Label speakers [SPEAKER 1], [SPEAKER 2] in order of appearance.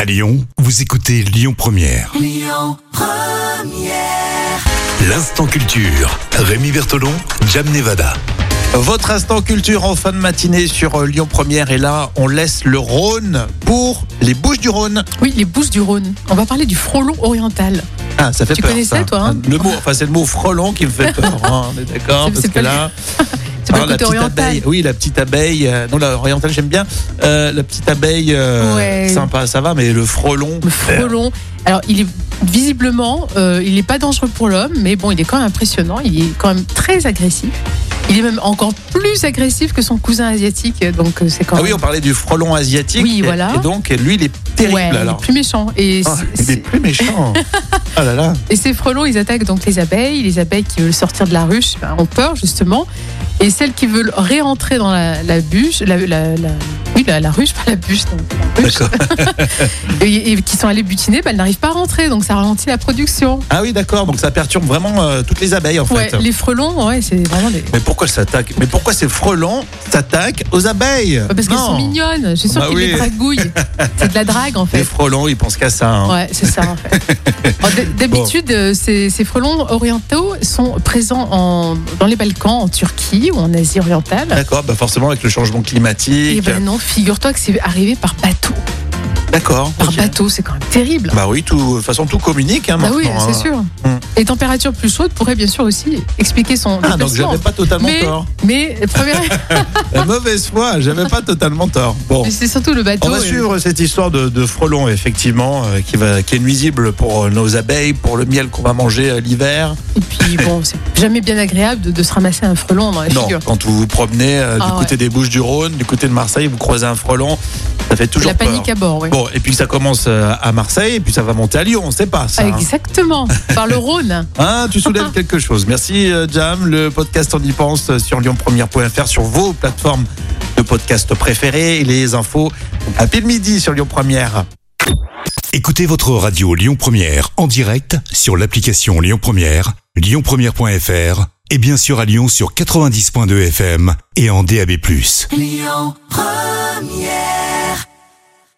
[SPEAKER 1] À Lyon, vous écoutez Lyon Première. Lyon Première. L'instant culture. Rémi Vertolon, Jam Nevada.
[SPEAKER 2] Votre instant culture en fin de matinée sur euh, Lyon Première et là on laisse le Rhône pour les Bouches du Rhône.
[SPEAKER 3] Oui, les Bouches du Rhône. On va parler du frelon oriental.
[SPEAKER 2] Ah, ça fait
[SPEAKER 3] Tu
[SPEAKER 2] peur.
[SPEAKER 3] connaissais,
[SPEAKER 2] ça.
[SPEAKER 3] toi, hein
[SPEAKER 2] Le mot, enfin c'est le mot frelon qui me fait peur. hein, on est d'accord
[SPEAKER 3] C'est-
[SPEAKER 2] parce
[SPEAKER 3] c'est
[SPEAKER 2] que
[SPEAKER 3] pas le-
[SPEAKER 2] là,
[SPEAKER 3] C'est pas
[SPEAKER 2] alors,
[SPEAKER 3] le
[SPEAKER 2] Ah, la
[SPEAKER 3] côté
[SPEAKER 2] petite
[SPEAKER 3] oriental.
[SPEAKER 2] abeille. Oui, la petite abeille. euh, non, la orientale j'aime bien. Euh, la petite abeille, euh,
[SPEAKER 3] Ouais.
[SPEAKER 2] sympa, ça va, mais le frelon.
[SPEAKER 3] Le frelon. Alors, il est visiblement, euh, il n'est pas dangereux pour l'homme, mais bon, il est quand même impressionnant. Il est quand même très agressif. Il est même encore plus agressif que son cousin asiatique. Donc, euh, c'est quand
[SPEAKER 2] Ah
[SPEAKER 3] même.
[SPEAKER 2] oui, on parlait du frelon asiatique.
[SPEAKER 3] Oui,
[SPEAKER 2] et-
[SPEAKER 3] voilà.
[SPEAKER 2] Et donc lui, il est terrible
[SPEAKER 3] Ouais, il est
[SPEAKER 2] alors.
[SPEAKER 3] plus méchant. Et
[SPEAKER 2] Ah,
[SPEAKER 3] c'est-
[SPEAKER 2] il est
[SPEAKER 3] c'est-
[SPEAKER 2] plus méchant. ah là là.
[SPEAKER 3] Et ces frelons, ils attaquent donc les abeilles. Les abeilles qui veulent sortir de la ruche ben, ont peur, justement. Et celles qui veulent réentrer dans la, la bûche, la, la- la- oui, la, la ruche, pas la bûche, donc la ruche. et, et qui sont allées butiner, ben, elles n'arrivent pas à rentrer. Donc ça ralentit la production.
[SPEAKER 2] Ah oui, d'accord. Donc ça perturbe vraiment euh, toutes les abeilles en
[SPEAKER 3] Ouais,
[SPEAKER 2] fait.
[SPEAKER 3] les frelons, ouais, c'est vraiment des.
[SPEAKER 2] Mais pourquoi s'attaque Mais pourquoi ces frelons s'attaquent aux abeilles
[SPEAKER 3] Ouais, Bah, Parce qu'elles
[SPEAKER 2] Non.
[SPEAKER 3] sont mignonnes. Je suis sûre
[SPEAKER 2] Bah
[SPEAKER 3] qu'ils les
[SPEAKER 2] oui.
[SPEAKER 3] dragouillent. c'est de la drague, en
[SPEAKER 2] Les
[SPEAKER 3] fait.
[SPEAKER 2] frelons, ils pensent qu'à ça. hein.
[SPEAKER 3] Ouais, c'est ça en fait. Alors, d- D'habitude, euh, ces, ces frelons orientaux sont présents en, dans les Balkans, en Turquie ou en Asie orientale.
[SPEAKER 2] D'accord, bah forcément avec le changement
[SPEAKER 3] Eh
[SPEAKER 2] climatique.
[SPEAKER 3] ben non, figure-toi que c'est arrivé par bateau.
[SPEAKER 2] D'accord.
[SPEAKER 3] Par
[SPEAKER 2] ok.
[SPEAKER 3] bateau, c'est quand même terrible.
[SPEAKER 2] Bah oui, tout, de toute façon tout communique. Hein,
[SPEAKER 3] Bah oui,
[SPEAKER 2] maintenant,
[SPEAKER 3] c'est
[SPEAKER 2] hein.
[SPEAKER 3] sûr.
[SPEAKER 2] Hum.
[SPEAKER 3] Et température plus chaude pourrait bien sûr aussi expliquer son
[SPEAKER 2] Ah donc
[SPEAKER 3] déplacement.
[SPEAKER 2] j'avais pas totalement
[SPEAKER 3] Mais-
[SPEAKER 2] tort.
[SPEAKER 3] Mais première,
[SPEAKER 2] La mauvaise foi, j'avais pas totalement tort. Bon.
[SPEAKER 3] c'est surtout le bateau.
[SPEAKER 2] On va
[SPEAKER 3] euh,
[SPEAKER 2] suivre cette histoire de, de frelon, effectivement, euh, qui, va, qui est nuisible pour euh, nos abeilles, pour le miel qu'on va manger euh, l'hiver.
[SPEAKER 3] Et puis bon, c'est jamais bien agréable de, de se ramasser un frelon dans la
[SPEAKER 2] Non,
[SPEAKER 3] Ah, figure.
[SPEAKER 2] quand vous vous promenez euh,
[SPEAKER 3] Ah
[SPEAKER 2] du
[SPEAKER 3] ouais.
[SPEAKER 2] côté des Bouches du Rhône, du côté de Marseille, vous croisez un frelon, ça fait toujours
[SPEAKER 3] La
[SPEAKER 2] peur.
[SPEAKER 3] panique à bord, oui.
[SPEAKER 2] Bon, et puis ça commence euh, à Marseille, et puis ça va monter à Lyon, on ne sait pas ça.
[SPEAKER 3] Ah,
[SPEAKER 2] hein.
[SPEAKER 3] exactement, par le Rhône.
[SPEAKER 2] Hein, tu soulèves quelque chose. Merci euh, Jam, le podcast On y pense euh, sur lyonpremière.fr, sur vos plateformes de podcast préférées, et les infos à pile midi sur Lyon Première.
[SPEAKER 1] Écoutez votre radio Lyon Première en direct sur l'application Lyon Première, lyonpremière.fr et bien sûr à Lyon sur 90.2 FM et en DAB+.